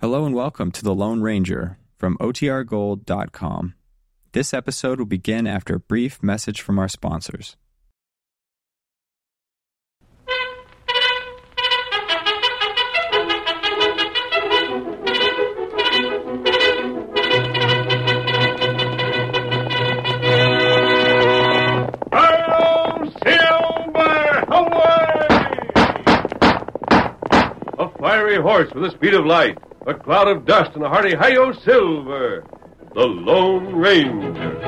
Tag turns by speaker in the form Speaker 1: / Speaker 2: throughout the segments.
Speaker 1: Hello and welcome to The Lone Ranger from OTRGold.com. This episode will begin after a brief message from our sponsors.
Speaker 2: Pearl Silver away! A fiery horse with the speed of light, a cloud of dust, and a hearty hi-yo silver. The Lone Ranger.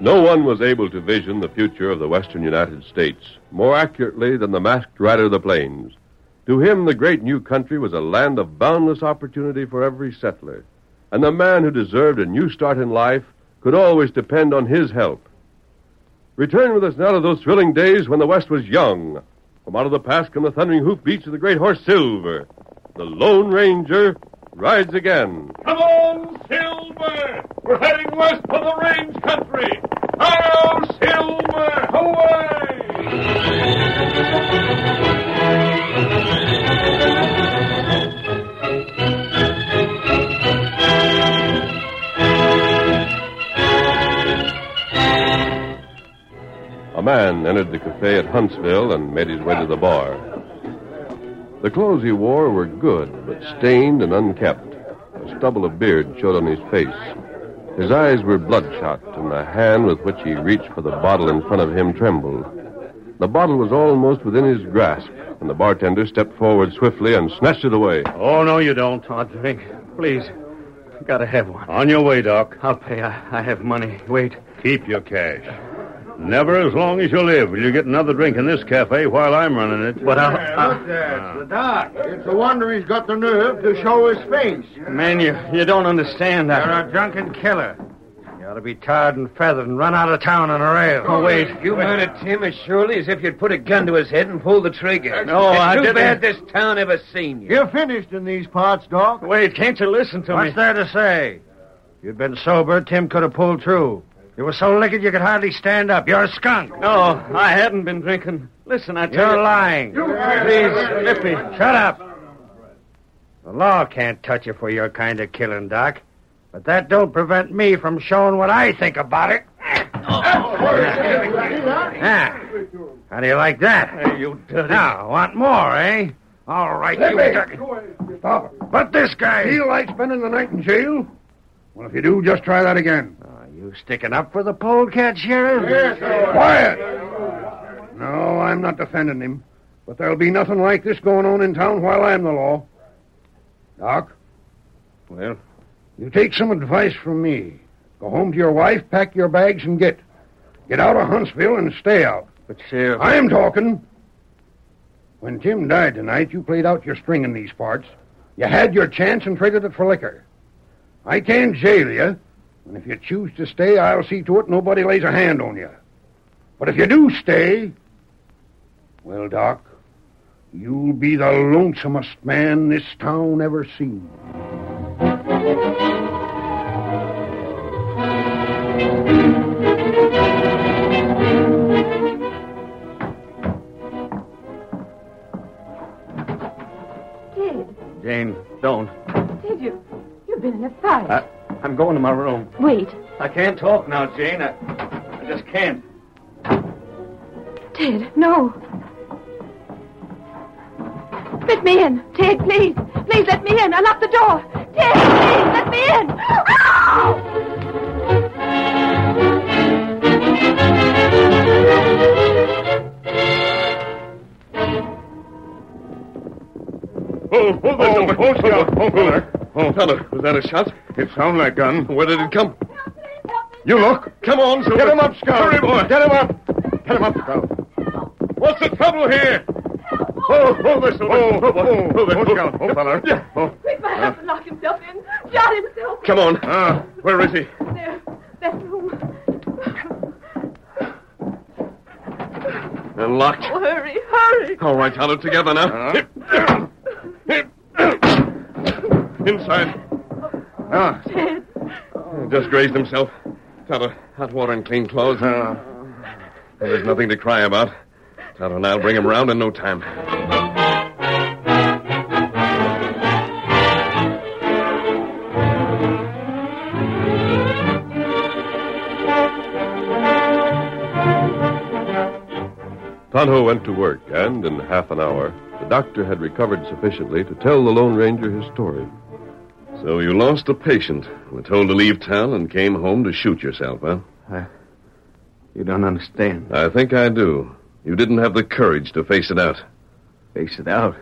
Speaker 2: No one was able to vision the future of the western United States more accurately than the masked rider of the plains. To him, the great new country was a land of boundless opportunity for every settler, and the man who deserved a new start in life could always depend on his help. Return with us now to those thrilling days when the West was young. From out of the past come the thundering hoofbeats of the great horse Silver. The Lone Ranger rides again. Come on, Silver! We're heading west for the range country! Hail, Silver! Away! A man entered the cafe at Huntsville and made his way to the bar. The clothes he wore were good, but stained and unkept. A stubble of beard showed on his face. His eyes were bloodshot, and the hand with which he reached for the bottle in front of him trembled. The bottle was almost within his grasp, and the bartender stepped forward swiftly and snatched it away.
Speaker 3: Oh, no, you don't. I'll drink. Please. Gotta have one.
Speaker 4: On your way, Doc.
Speaker 3: I'll pay. I, I have money. Wait.
Speaker 4: Keep your cash. Never as long as you live will you get another drink in this cafe while I'm running it.
Speaker 3: But I'll.
Speaker 5: That's the doc. It's a wonder he's got the nerve to show his face.
Speaker 3: I- man, you, you don't understand. I,
Speaker 5: a drunken killer.
Speaker 3: you ought to be tarred and feathered and run out of town on a rail. Oh, wait.
Speaker 6: You murdered Tim as surely as if you'd put a gun to his head and pulled the trigger.
Speaker 3: No,
Speaker 6: it's
Speaker 3: I
Speaker 6: too
Speaker 3: didn't.
Speaker 6: bad this town ever seen you.
Speaker 5: You're finished in these parts, Doc.
Speaker 3: Wait, can't you listen to me?
Speaker 5: there to say? You'd been sober, Tim could have pulled through. You were so liquid you could hardly stand up. You're a skunk.
Speaker 3: No, I hadn't been drinking. Listen, I tell you.
Speaker 5: lying.
Speaker 3: Please, let me.
Speaker 5: Shut up. The law can't touch you for your kind of killing, Doc. But that don't prevent me from showing what I think about it. Ah, How do you like that? you dirty. Now, want more, eh? All right, you dirty. Stop it. But this guy. He likes spending the night in jail. Well, if you do, just try that again. Are you sticking up for the polecat, Sheriff? Quiet! No, I'm not defending him. But there'll be nothing like this going on in town while I'm the law. Doc? Well? You take some advice from me. Go home to your wife, pack your bags, and get. Get out of Huntsville and stay out.
Speaker 3: But, Sheriff.
Speaker 5: I'm talking. When Jim died tonight, you played out your string in these parts. You had your chance and traded it for liquor. I can't jail you, And if you choose to stay, I'll see to it nobody lays a hand on you. But if you do stay, well, Doc, you'll be the lonesomest man this town ever seen.
Speaker 7: Did.
Speaker 6: Jane, don't. Uh,
Speaker 7: Did you? You've been in a fight.
Speaker 6: I, I'm going to my room.
Speaker 7: Wait.
Speaker 6: I can't talk now, Jane. I, I just can't.
Speaker 7: Ted, no. Let me in. Ted, please. Please let me in. Unlock the door. Ted, please let me in. Ow!
Speaker 8: Oh, hold that number.
Speaker 2: hold, Scout. Hold,
Speaker 8: Oh, Tonto, was that a shot?
Speaker 2: It sounded like gun.
Speaker 8: Where did it come?
Speaker 2: You look.
Speaker 8: Come on, Silver.
Speaker 2: Get him up, Scout.
Speaker 8: Hurry, boy.
Speaker 2: Get him up. Get him up, Scout.
Speaker 8: What's the trouble here?
Speaker 2: Oh, hold this, Silver. Oh,
Speaker 8: Hold,
Speaker 2: oh,
Speaker 8: hold, hold it,
Speaker 2: oh,
Speaker 8: hold.
Speaker 2: Scout. Oh, fella.
Speaker 8: Yeah.
Speaker 2: Oh.
Speaker 7: Quick, my husband locked himself in. Shot himself.
Speaker 8: Come on.
Speaker 2: Ah,
Speaker 8: Where is he?
Speaker 7: There. That room.
Speaker 8: Unlocked.
Speaker 7: Oh, hurry, hurry.
Speaker 8: All right, Tonto, together
Speaker 2: Ah.
Speaker 8: now. Inside.
Speaker 2: ah.
Speaker 7: Ted.
Speaker 8: Just grazed himself. Tonto, hot water and clean clothes.
Speaker 2: Ah.
Speaker 8: There's nothing to cry about. Tonto and I'll bring him round in no time. Tonto went to work, and in half an hour, the doctor had recovered sufficiently to tell the Lone Ranger his story.
Speaker 2: So you lost a patient, were told to leave town, and came home to shoot yourself, huh?
Speaker 6: You don't understand.
Speaker 2: I think I do. You didn't have the courage to face it out.
Speaker 6: Face it out.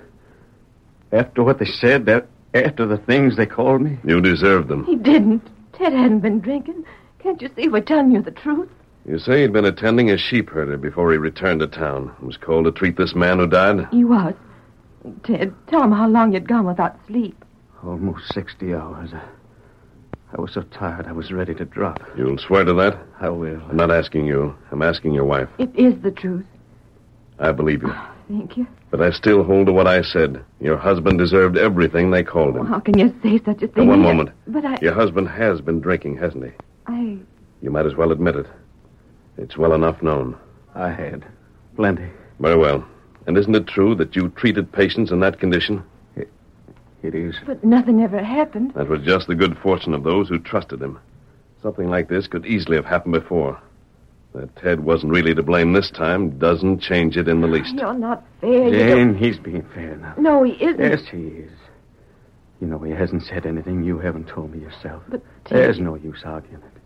Speaker 6: After what they said, that after the things they called me,
Speaker 2: You deserved them.
Speaker 7: He didn't. Ted hadn't been drinking. Can't you see we're telling you the truth?
Speaker 2: You say he'd been attending a sheep herder before he returned to town. It was called to treat this man who died.
Speaker 7: He was. Ted, tell him how long you'd gone without sleep.
Speaker 6: almost 60 hours. I was so tired I was ready to drop.
Speaker 2: You'll swear to that?
Speaker 6: I will.
Speaker 2: I'm not asking you. I'm asking your wife.
Speaker 7: It is the truth.
Speaker 2: I believe you.
Speaker 7: Thank you.
Speaker 2: But I still hold to what I said. Your husband deserved everything they called
Speaker 7: Well,
Speaker 2: him.
Speaker 7: how can you say such a thing?
Speaker 2: one moment.
Speaker 7: But I,
Speaker 2: Your husband has been drinking, hasn't he?
Speaker 7: I,
Speaker 2: You might as well admit it. It's well enough known.
Speaker 6: I had. Plenty.
Speaker 2: Very well. And isn't it true that you treated patients in that condition?
Speaker 6: It is.
Speaker 7: but nothing ever happened.
Speaker 2: That was just the good fortune of those who trusted him. Something like this could easily have happened before. That Ted wasn't really to blame this time doesn't change it in the least.
Speaker 7: You're not fair. You
Speaker 6: Jane, he's being fair now.
Speaker 7: don't- no, he isn't.
Speaker 6: Yes, he is. You know, he hasn't said anything you haven't told me yourself.
Speaker 7: But
Speaker 6: There's
Speaker 7: Ted-
Speaker 6: no use arguing it.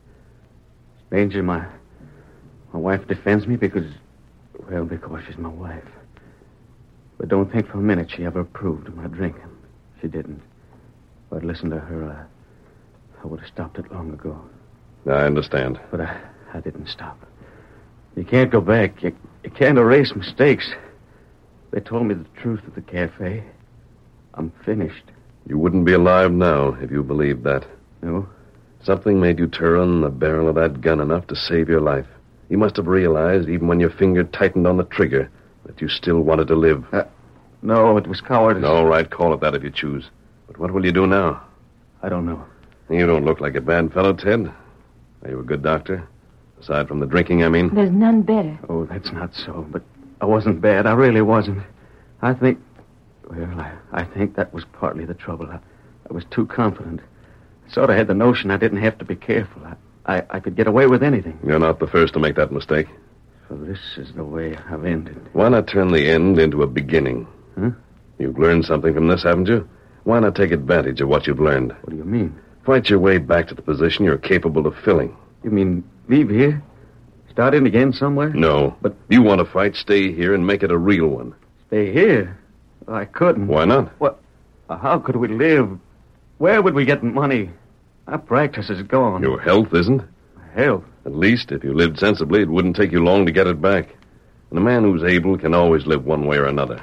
Speaker 6: Stranger, my, my wife defends me because, well, because she's my wife. But don't think for a minute she ever approved of my drinking. She didn't. If I'd listened to her, uh, I, I would have stopped it long ago.
Speaker 2: I understand.
Speaker 6: But I, I didn't stop. You can't go back. You, you can't erase mistakes. They told me the truth at the cafe. I'm finished.
Speaker 2: You wouldn't be alive now if you believed that.
Speaker 6: No?
Speaker 2: Something made you turn the barrel of that gun enough to save your life. You must have realized, even when your finger tightened on the trigger, that you still wanted to live.
Speaker 6: No, it was cowardice.
Speaker 2: All right, call it that if you choose. But what will you do now?
Speaker 6: I don't know.
Speaker 2: You don't look like a bad fellow, Ted. Are you a good doctor? Aside from the drinking, I mean.
Speaker 7: There's none better.
Speaker 6: Oh, that's not so. But I wasn't bad. I really wasn't. I think. Well, I, I think that was partly the trouble. I, I was too confident. I sort of had the notion I didn't have to be careful. I, I, I could get away with anything.
Speaker 2: You're not the first to make that mistake.
Speaker 6: So this is the way I've ended.
Speaker 2: Why not turn the end into a beginning?
Speaker 6: Huh?
Speaker 2: You've learned something from this, haven't you? Why not take advantage of what you've learned?
Speaker 6: What do you mean?
Speaker 2: Fight your way back to the position you're capable of filling.
Speaker 6: You mean leave here? Start in again somewhere?
Speaker 2: No.
Speaker 6: But-
Speaker 2: you want to fight, stay here and make it a real one.
Speaker 6: Stay here? I couldn't.
Speaker 2: Why not?
Speaker 6: Uh, How could we live? Where would we get money? Our practice is gone.
Speaker 2: Your health isn't.
Speaker 6: Hell,
Speaker 2: At least, if you lived sensibly, it wouldn't take you long to get it back. And a man who's able can always live one way or another.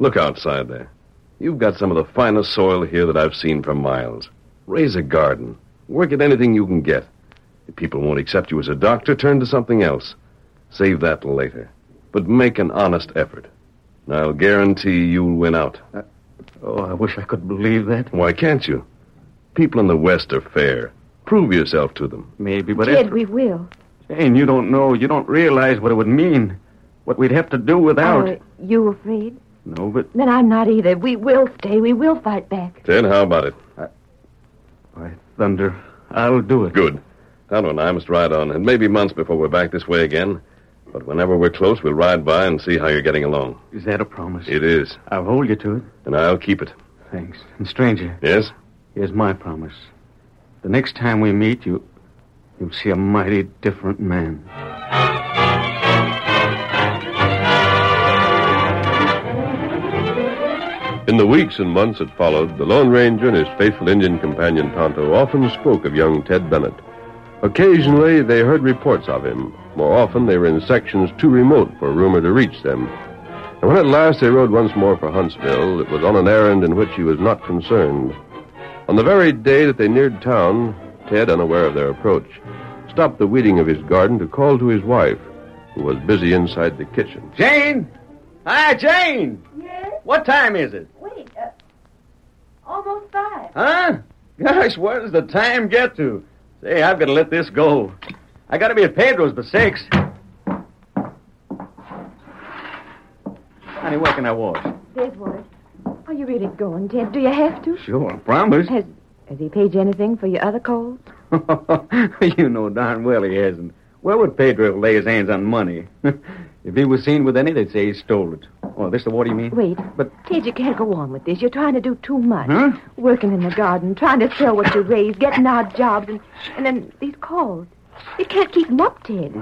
Speaker 2: Look outside there. You've got some of the finest soil here that I've seen for miles. Raise a garden. Work at anything you can get. If people won't accept you as a doctor, turn to something else. Save that till later. But make an honest effort. And I'll guarantee you'll win out.
Speaker 6: Oh, I wish I could believe that.
Speaker 2: Why can't you? People in the West are fair. Prove yourself to them.
Speaker 6: Maybe, but
Speaker 7: Ted,
Speaker 6: after-
Speaker 7: we will.
Speaker 6: Jane, you don't know. You don't realize what it would mean. What we'd have to do without.
Speaker 7: Are you afraid?
Speaker 6: No, but
Speaker 7: Then I'm not either. We will stay. We will fight back.
Speaker 2: Ted, how about it?
Speaker 6: by thunder, I'll do it.
Speaker 2: Good. Tonto and I must ride on. It may be months before we're back this way again. But whenever we're close, we'll ride by and see how you're getting along.
Speaker 6: Is that a promise?
Speaker 2: It is.
Speaker 6: I'll hold you to it.
Speaker 2: And I'll keep it.
Speaker 6: Thanks. And stranger,
Speaker 2: Yes?
Speaker 6: here's my promise. The next time we meet, you you'll see a mighty different man.
Speaker 8: In the weeks and months that followed, the Lone Ranger and his faithful Indian companion Tonto often spoke of young Ted Bennett. Occasionally, they heard reports of him. More often, they were in sections too remote for rumor to reach them. And when at last they rode once more for Huntsville, it was on an errand in which he was not concerned. On the very day that they neared town, Ted, unaware of their approach, stopped the weeding of his garden to call to his wife, who was busy inside the kitchen.
Speaker 6: Jane! Hi, Jane!
Speaker 7: Yes?
Speaker 6: What time is it?
Speaker 7: Wait. Uh, almost five.
Speaker 6: Huh? Gosh, where does the time get to? Say, I've got to let this go. I got to be at Pedro's by six. Honey, where can I wash?
Speaker 7: There's Wallace. Are you really going, Ted? Do you have to?
Speaker 6: Sure, I promise.
Speaker 7: Has has he paid you anything for your other calls?
Speaker 6: you know darn well he hasn't. Where would Pedro lay his hands on money? if he was seen with any, they'd say he stole it. Oh, this the water you mean?
Speaker 7: Wait.
Speaker 6: But-
Speaker 7: Ted, you can't go on with this. You're trying to do too much.
Speaker 6: Huh?
Speaker 7: Working in the garden, trying to sell what you raise, getting odd jobs, and and then these calls. You can't keep them up, Ted.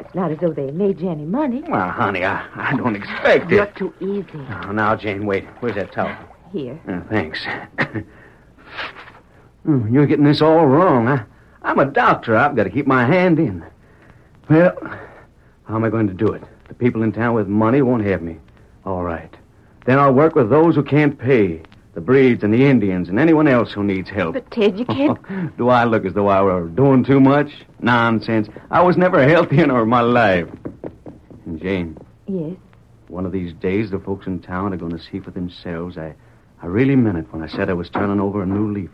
Speaker 7: It's not as though they made you any money.
Speaker 6: Well, honey, I, I don't expect
Speaker 7: You're
Speaker 6: it.
Speaker 7: too easy.
Speaker 6: Now, now, Jane, wait. Where's that towel?
Speaker 7: Here.
Speaker 6: Uh, thanks. Hmm, You're getting this all wrong. I, I'm a doctor. I've got to keep my hand in. Well, how am I going to do it? The people in town with money won't have me. All right. Then I'll work with those who can't pay the Breeds and the Indians and anyone else who needs help.
Speaker 7: But, Ted, you can't.
Speaker 6: do I look as though I were doing too much? Nonsense. I was never healthy in all my life. And, Jane,
Speaker 7: yes.
Speaker 6: one of these days, the folks in town are going to see for themselves. I, I really meant it when I said I was turning over a new leaf.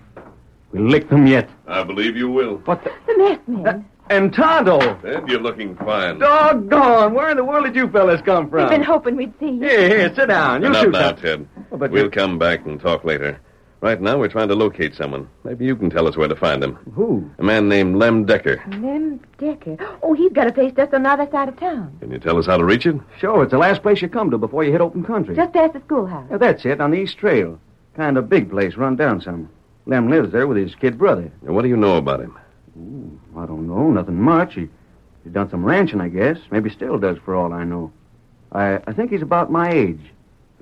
Speaker 6: We licked them yet.
Speaker 2: I believe you will.
Speaker 6: What the?
Speaker 7: The masked man.
Speaker 6: And Tonto!
Speaker 2: Ted, you're looking fine.
Speaker 6: Doggone! Where in the world did you fellas come
Speaker 7: We've
Speaker 6: from?
Speaker 7: been hoping we'd see you.
Speaker 6: Here, here, sit down. You
Speaker 2: Enough
Speaker 6: shoot
Speaker 2: now,
Speaker 6: up.
Speaker 2: Ted.
Speaker 6: Oh, but
Speaker 2: we'll
Speaker 6: you-
Speaker 2: come back and talk later. Right now, we're trying to locate someone. Maybe you can tell us where to find him.
Speaker 6: Who?
Speaker 2: A man named Lem Decker.
Speaker 7: Lem Decker. Oh, he's got a place just on the other side of town.
Speaker 2: Can you tell us how to reach it?
Speaker 6: Sure, it's the last place you come to before you hit open country.
Speaker 7: Just past the schoolhouse.
Speaker 6: Yeah, that's it, on the East Trail. Kind of big place, run down some. Lem lives there with his kid brother.
Speaker 2: And what do you know about him?
Speaker 6: I don't know, nothing much. He, he's done some ranching, I guess. Maybe still does, for all I know. I, I think he's about my age.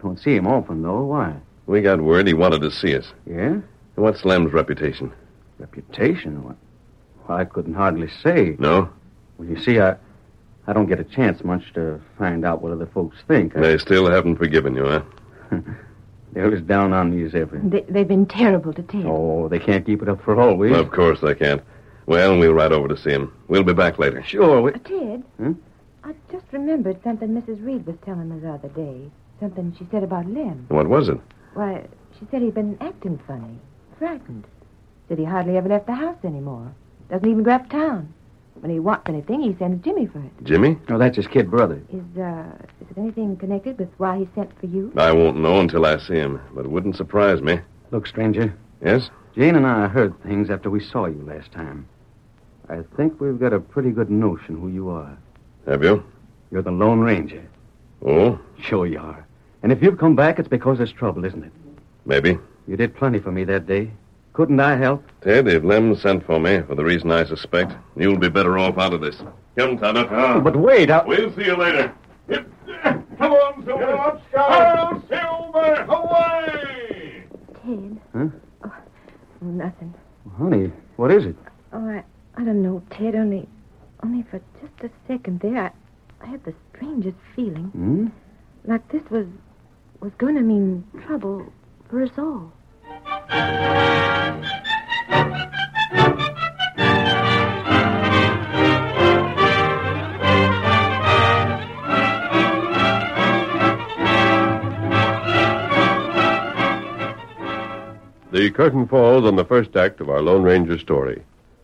Speaker 6: Don't see him often, though. Why?
Speaker 2: We got word he wanted to see us.
Speaker 6: Yeah?
Speaker 2: What's Lem's reputation?
Speaker 6: Reputation? What? Well, I couldn't hardly say.
Speaker 2: No?
Speaker 6: Well, you see, I, I don't get a chance much to find out what other folks think. I-
Speaker 2: They still haven't forgiven you, huh?
Speaker 6: they're as down on me as ever.
Speaker 7: They, they've been terrible to Ted.
Speaker 6: Oh, they can't keep it up for always.
Speaker 2: Of course they can't. Well, we'll ride over to see him. We'll be back later.
Speaker 6: Sure, we...
Speaker 7: Uh, Ted,
Speaker 6: Hmm?
Speaker 7: I just remembered something Mrs. Reed was telling us the other day. Something she said about Lem.
Speaker 2: What was it?
Speaker 7: Why, she said he'd been acting funny, frightened. Said he hardly ever left the house anymore. Doesn't even go up town. When he wants anything, he sends Jimmy for it.
Speaker 2: Jimmy?
Speaker 6: No, that's his kid brother.
Speaker 7: Is uh, is it anything connected with why he sent for you?
Speaker 2: I won't know until I see him, but it wouldn't surprise me.
Speaker 6: Look, stranger,
Speaker 2: Yes?
Speaker 6: Jane and I heard things after we saw you last time. I think we've got a pretty good notion who you are.
Speaker 2: Have you?
Speaker 6: You're the Lone Ranger.
Speaker 2: Oh,
Speaker 6: Sure you are. And if you've come back, it's because there's trouble, isn't it?
Speaker 2: maybe.
Speaker 6: You did plenty for me that day. Couldn't I help?
Speaker 2: Ted, if Lem sent for me for the reason I suspect, you'll be better off out of this. Come, Tonto.
Speaker 6: Oh, But wait, I...
Speaker 2: We'll see you later. Come on, Silver.
Speaker 5: up,
Speaker 2: Hello, Silver. Away.
Speaker 7: Ted.
Speaker 6: Huh?
Speaker 7: Oh, nothing.
Speaker 6: Honey, what is it?
Speaker 7: Oh, I, I don't know, Ted. Only, only for just a second there, I, I had the strangest feeling.
Speaker 6: Hmm?
Speaker 7: Like this was was going to mean trouble for us all.
Speaker 8: The curtain falls on the first act of our Lone Ranger story.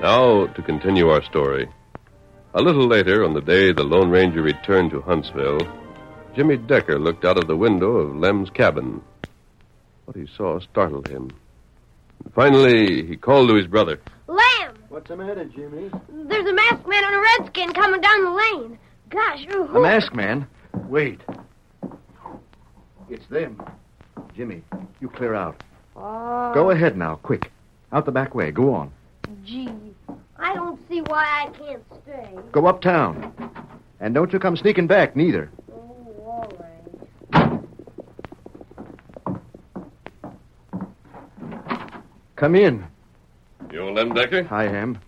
Speaker 8: Now, to continue our story. A little later, on the day the Lone Ranger returned to Huntsville, Jimmy Decker looked out of the window of Lem's cabin. What he saw startled him. Finally, he called to his brother.
Speaker 9: Lamb!
Speaker 5: What's the matter, Jimmy?
Speaker 9: There's a masked man and a redskin coming down the lane. Gosh, who?
Speaker 6: The masked man.
Speaker 5: Wait.
Speaker 6: It's them. Jimmy, you clear out.
Speaker 9: Oh,
Speaker 6: Go ahead now, quick. Out the back way. Go on.
Speaker 9: gee. I don't see why I can't stay.
Speaker 6: Go uptown. And don't you come sneaking back, neither.
Speaker 9: Oh, all right.
Speaker 6: Come in.
Speaker 2: You Lem Decker?
Speaker 6: I am.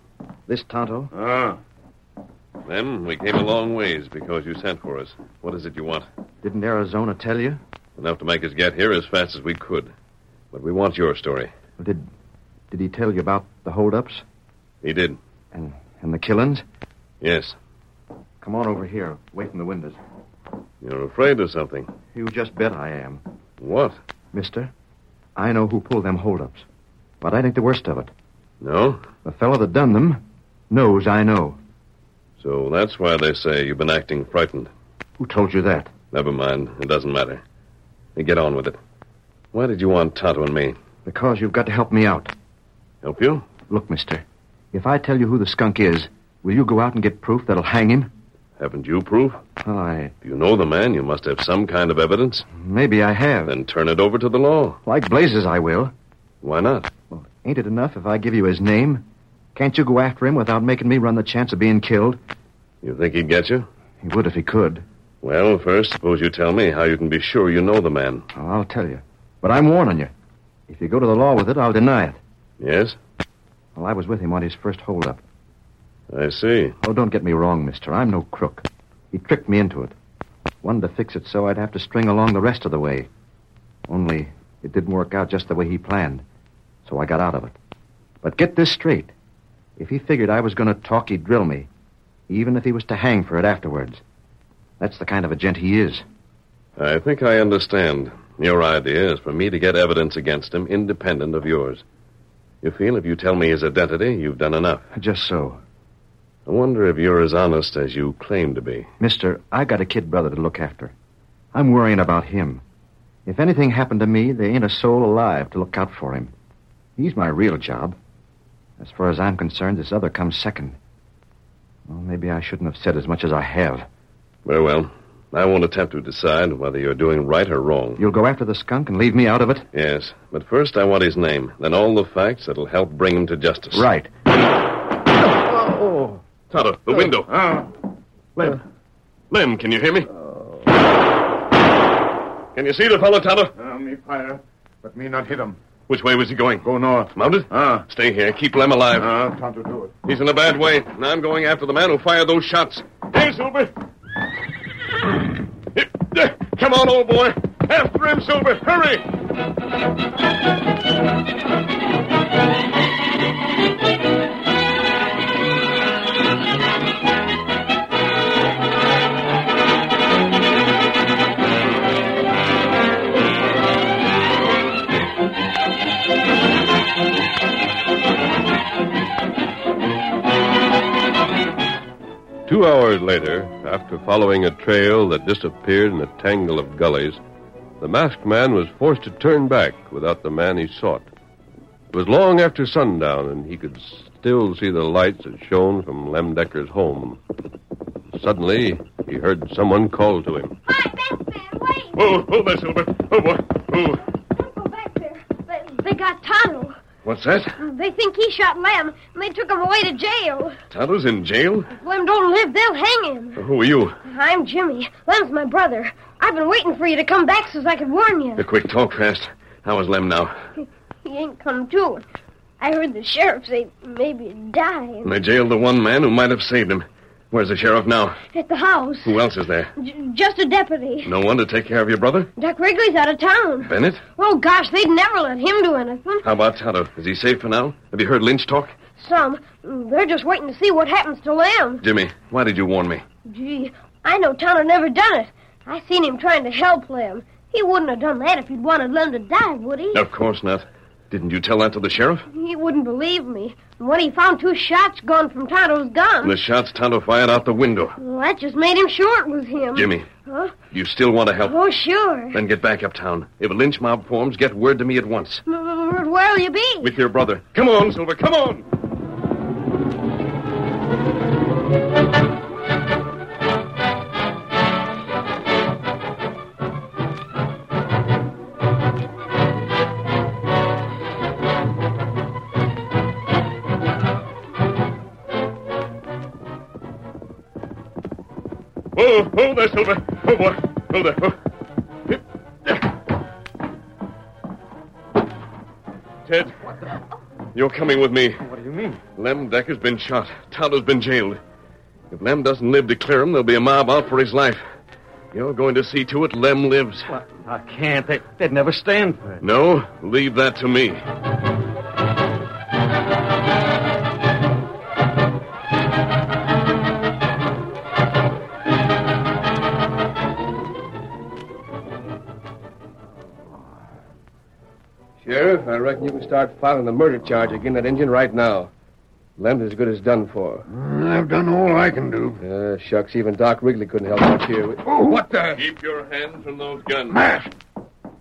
Speaker 6: This Tonto.
Speaker 2: Ah. Lem, we came a long ways because you sent for us. What is it you want?
Speaker 6: Didn't Arizona tell you?
Speaker 2: Enough to make us get here as fast as we could. But we want your story.
Speaker 6: Did did he tell you about the holdups
Speaker 2: He did.
Speaker 6: and, and the killings?
Speaker 2: Yes.
Speaker 6: Come on over here, away from the windows.
Speaker 2: You're afraid of something.
Speaker 6: You just bet I am.
Speaker 2: What?
Speaker 6: Mister, I know who pulled them holdups. But I think the worst of it.
Speaker 2: No?
Speaker 6: The fellow that done them knows I know.
Speaker 2: So that's why they say you've been acting frightened.
Speaker 6: Who told you that?
Speaker 2: Never mind. It doesn't matter. You get on with it. Why did you want Tonto and me?
Speaker 6: Because you've got to help me out.
Speaker 2: Help you?
Speaker 6: Look, mister, if I tell you who the skunk is, will you go out and get proof that'll hang him?
Speaker 2: Haven't you proof?
Speaker 6: Well, I.
Speaker 2: If you know the man, you must have some kind of evidence.
Speaker 6: Maybe I have.
Speaker 2: Then turn it over to the law.
Speaker 6: Like blazes, I will.
Speaker 2: Why not?
Speaker 6: Ain't it enough if I give you his name? Can't you go after him without making me run the chance of being killed?
Speaker 2: You think he'd get you?
Speaker 6: He would if he could.
Speaker 2: Well, first, suppose you tell me how you can be sure you know the man.
Speaker 6: Oh, I'll tell you. But I'm warning you. If you go to the law with it, I'll deny it.
Speaker 2: Yes?
Speaker 6: Well, I was with him on his first holdup.
Speaker 2: I see.
Speaker 6: Oh, don't get me wrong, mister. I'm no crook. He tricked me into it. Wanted to fix it so I'd have to string along the rest of the way. Only, it didn't work out just the way he planned, so I got out of it. But get this straight. If he figured I was going to talk, he'd drill me, even if he was to hang for it afterwards. That's the kind of a gent he is.
Speaker 2: I think I understand. Your idea is for me to get evidence against him independent of yours. You feel if you tell me his identity, you've done enough.
Speaker 6: Just so.
Speaker 2: I wonder if you're as honest as you claim to be.
Speaker 6: Mister, I got a kid brother to look after. I'm worrying about him. If anything happened to me, there ain't a soul alive to look out for him. He's my real job. As far as I'm concerned, this other comes second. Well, maybe I shouldn't have said as much as I have.
Speaker 2: Very well. I won't attempt to decide whether you're doing right or wrong.
Speaker 6: You'll go after the skunk and leave me out of it?
Speaker 2: Yes, but first I want his name, then all the facts that'll help bring him to justice.
Speaker 6: Right.
Speaker 2: Tonto, the window.
Speaker 5: Oh, ah.
Speaker 6: Lem.
Speaker 2: Lem, can you hear me? Can you see the fellow, Tonto?
Speaker 5: me fire, but me not hit him.
Speaker 2: Which way was he going?
Speaker 5: Go north.
Speaker 2: Mounted?
Speaker 5: Ah.
Speaker 2: Stay here. Keep Lem alive.
Speaker 5: Ah, time to do it.
Speaker 2: He's in a bad way. Now I'm going after the man who fired those shots. Here, Silver. Here, there. Come on, old boy. After him, Silver. Hurry.
Speaker 8: Two hours later, after following a trail that disappeared in a tangle of gullies, the masked man was forced to turn back without the man he sought. It was long after sundown, and he could still see the lights that shone from Lem Decker's home. Suddenly, he heard someone call to him.
Speaker 9: My best man, wait!
Speaker 2: Oh, hold there, Silver. Oh, boy. Oh.
Speaker 9: Don't go back there. They, they got Tonto.
Speaker 2: What's that?
Speaker 9: They think he shot Lem, and they took him away to jail.
Speaker 2: Tonto's in jail?
Speaker 9: If Lem don't live, they'll hang him.
Speaker 2: Who are you?
Speaker 9: I'm Jimmy. Lem's my brother. I've been waiting for you to come back so's I could warn you.
Speaker 2: Be quick, talk fast. How is Lem now?
Speaker 9: He ain't come to. I heard the sheriff say maybe he'd die
Speaker 2: And they jailed the one man who might have saved him. Where's the sheriff now?
Speaker 9: at the house.
Speaker 2: Who else is there?
Speaker 9: J- just a deputy.
Speaker 2: No one to take care of your brother?
Speaker 9: Doc Wrigley's out of town.
Speaker 2: Bennett?
Speaker 9: Oh, gosh, they'd never let him do anything.
Speaker 2: How about Tonto? Is he safe for now? Have you heard Lynch talk?
Speaker 9: Some. They're just waiting to see what happens to Lem.
Speaker 2: Jimmy, why did you warn me?
Speaker 9: Gee, I know Tonto never done it. I seen him trying to help Lem. He wouldn't have done that if he'd wanted Lem to die, would he?
Speaker 2: Of course not. Didn't you tell that to the sheriff?
Speaker 9: He wouldn't believe me. And when he found two shots gone from Tonto's gun,
Speaker 2: The shots Tonto fired out the window.
Speaker 9: well, that just made him sure it was him.
Speaker 2: Jimmy,
Speaker 9: Huh?
Speaker 2: you still want to help?
Speaker 9: Oh, sure.
Speaker 2: Then get back uptown. If a lynch mob forms, get word to me at once.
Speaker 9: Mm, Where'll you be?
Speaker 2: With your brother. Come on, Silver, come on! Whoa, whoa there, Silver. Oh, boy. Oh, there. Oh. Yep. Ted, you're coming with me.
Speaker 6: What do you mean?
Speaker 2: Lem Decker's been shot. Tonto's been jailed. If Lem doesn't live to clear him, there'll be a mob out for his life. You're going to see to it Lem lives.
Speaker 6: I can't. They, they'd never stand for it.
Speaker 2: No, leave that to me.
Speaker 10: Sheriff, I reckon you can start filing the murder charge against that engine right now. Lem's as good as done for.
Speaker 5: Mm, I've done all I can do.
Speaker 10: Uh, shucks, even Doc Wrigley couldn't help out here.
Speaker 5: Oh, what the?
Speaker 2: Keep your hands from those guns.
Speaker 5: Matt!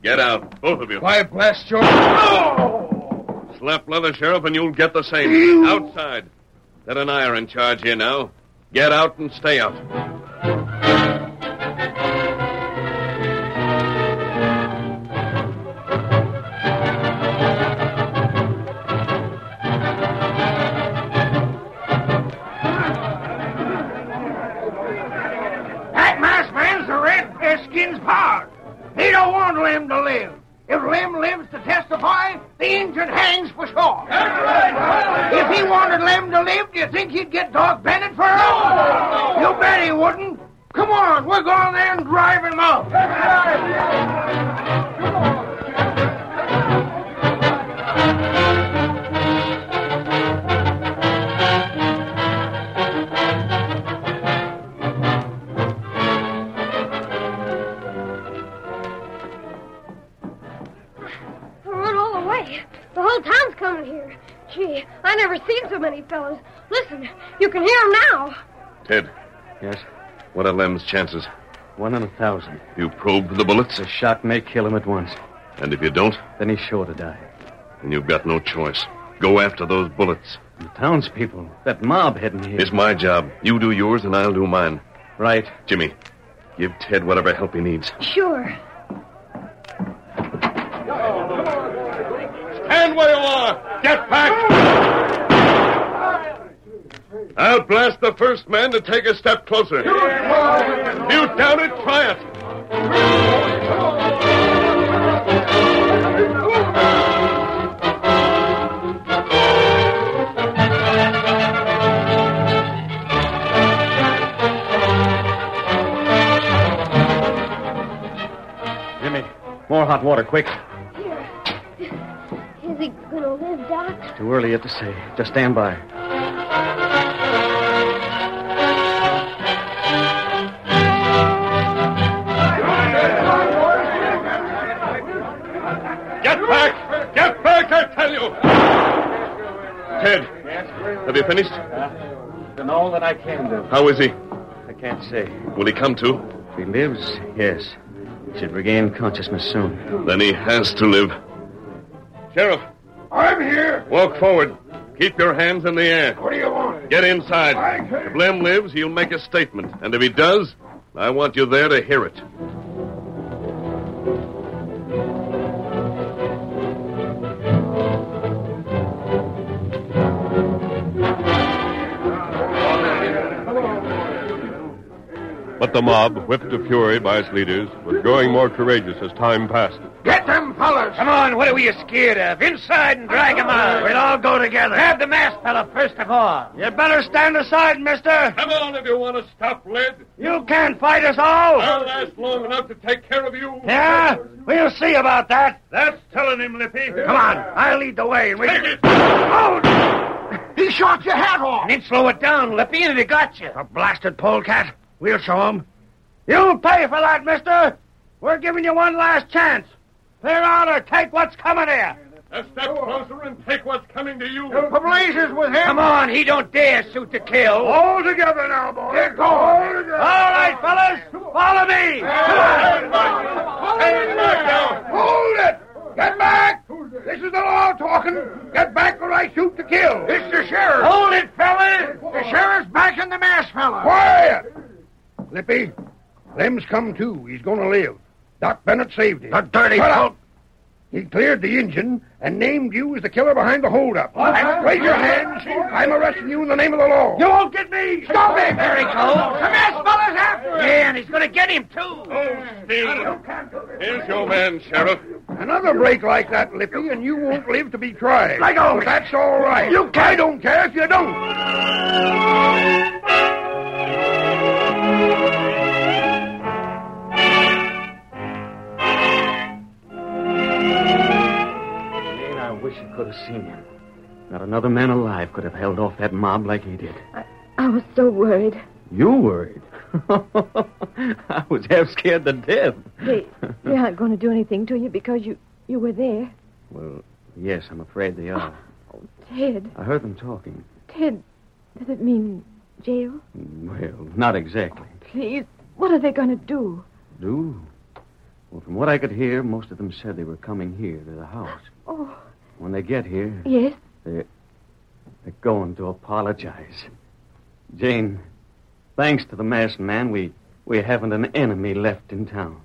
Speaker 2: Get out, both of you.
Speaker 10: Why, blast your... Oh!
Speaker 2: Slap leather, Sheriff, and you'll get the same. Outside. Ted and I are in charge here now. Get out and stay out.
Speaker 5: That masked man's the red Redskins'
Speaker 2: Ah,
Speaker 5: part. He don't want Lim to live. If Lim lives to testify, the engine hangs for sure. If he wanted Lim to live, do you think he'd get Doc Bennett for him? You bet he wouldn't. Come on, we're going there and drive him out.
Speaker 9: I run all the way. The whole town's coming here. Gee, I never seen so many fellows. Listen, you can hear 'em now.
Speaker 2: Ted,
Speaker 6: Yes.
Speaker 2: what are Lem's chances?
Speaker 6: One in a thousand.
Speaker 2: You probed the bullets,
Speaker 6: The shot may kill him at once.
Speaker 2: and if you don't,
Speaker 6: Then he's sure to die.
Speaker 2: then you've got no choice. Go after those bullets.
Speaker 6: The townspeople, that mob heading here.
Speaker 2: It's my job. You do yours, and I'll do mine.
Speaker 6: Right.
Speaker 2: Jimmy, give Ted whatever help he needs.
Speaker 9: Sure.
Speaker 2: Stand where you are! Get back! I'll blast the first man to take a step closer. You doubt it? Try it.
Speaker 6: Jimmy, more hot water, quick.
Speaker 9: Here. Is he gonna live, Doc?
Speaker 6: Too early yet to say. Just stand by.
Speaker 2: Get back! Get back, I tell you! Ted, have you finished?
Speaker 11: Done all that I can do.
Speaker 2: How is he?
Speaker 6: I can't say.
Speaker 2: Will he come to?
Speaker 6: If he lives, yes. He should regain consciousness soon.
Speaker 2: Then he has to live. Sheriff,
Speaker 5: I'm here.
Speaker 2: walk forward. Keep your hands in the air.
Speaker 5: What do you want?
Speaker 2: Get inside. If Lem lives, he'll make a statement. And if he does, I want you there to hear it.
Speaker 8: But the mob, whipped to fury by its leaders, was growing more courageous as time passed.
Speaker 5: Get them fellas.
Speaker 11: Come on, what are you scared of? Inside and drag him out.
Speaker 5: We'll all go together.
Speaker 11: Grab the masked fellow first of all.
Speaker 5: You better stand aside, mister.
Speaker 8: Come on if you want to stop, Lid.
Speaker 5: You can't fight us all.
Speaker 8: last long enough to take care of you.
Speaker 5: Yeah? We'll see about that.
Speaker 8: That's telling him, Lippy.
Speaker 5: Come on. I'll lead the way. And we...
Speaker 8: Take it.
Speaker 5: Oh! He shot your hat off.
Speaker 11: Then slow it down, Lippy, and it got you.
Speaker 5: A blasted polecat. We'll show him. You'll pay for that, mister. We're giving you one last chance. Clear out or take what's coming here.
Speaker 8: A step closer and take what's coming to you.
Speaker 5: The blazes with him.
Speaker 11: Come on, he don't dare shoot to kill.
Speaker 5: All together now, boys. Get going. All together.
Speaker 11: All right, fellas, follow me. Come on.
Speaker 5: Hold it! Get back! This is the law talking. Get back or I shoot to kill. It's the sheriff.
Speaker 11: Hold it, fellas.
Speaker 5: The sheriff's back in the mass, fella. Quiet! Lippy, Lem's come to. He's going to live. Doc Bennett saved him. The dirty Shut up. He cleared the engine and named you as the killer behind the holdup. Raise your hands. I'm arresting you in the name of the law.
Speaker 11: You won't get me. Stop him. There he goes. Come here, fellas, after him. Yeah, and he's going to get him, too.
Speaker 2: Here's your man, Sheriff.
Speaker 5: Another break like that, Lippy, and you won't live to be tried. Let go! That's all right. You can I don't care if you don't.
Speaker 6: Jane, I wish you could have seen him. Not another man alive could have held off that mob like he did.
Speaker 7: I was so worried.
Speaker 6: You worried? I was half scared to death.
Speaker 7: They, they aren't going to do anything to you because you, you were there.
Speaker 6: Well, yes, I'm afraid they are.
Speaker 7: Ted,
Speaker 6: I heard them talking.
Speaker 7: Ted, does it mean jail?
Speaker 6: Well, not exactly.
Speaker 7: Please, what are they going to do?
Speaker 6: Do? Well, from what I could hear, most of them said they were coming here to the house.
Speaker 7: Oh,
Speaker 6: When they get here,
Speaker 7: yes.
Speaker 6: they're going to apologize. Jane, thanks to the masked man, we, we haven't an enemy left in town.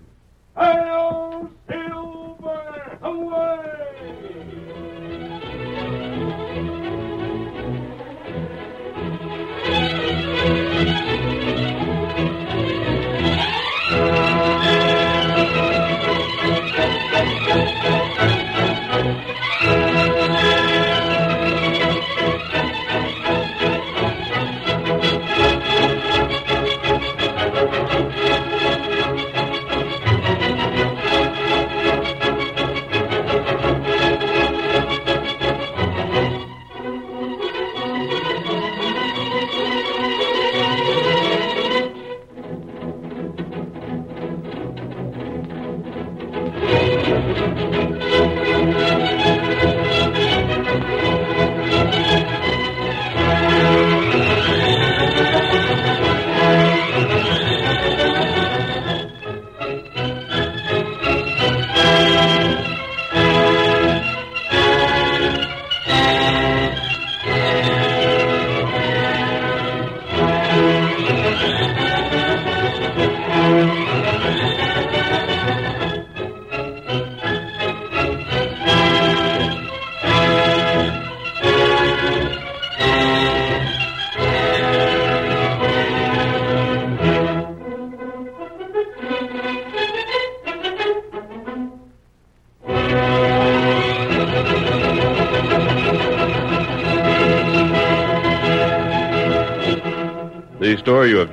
Speaker 8: The story you have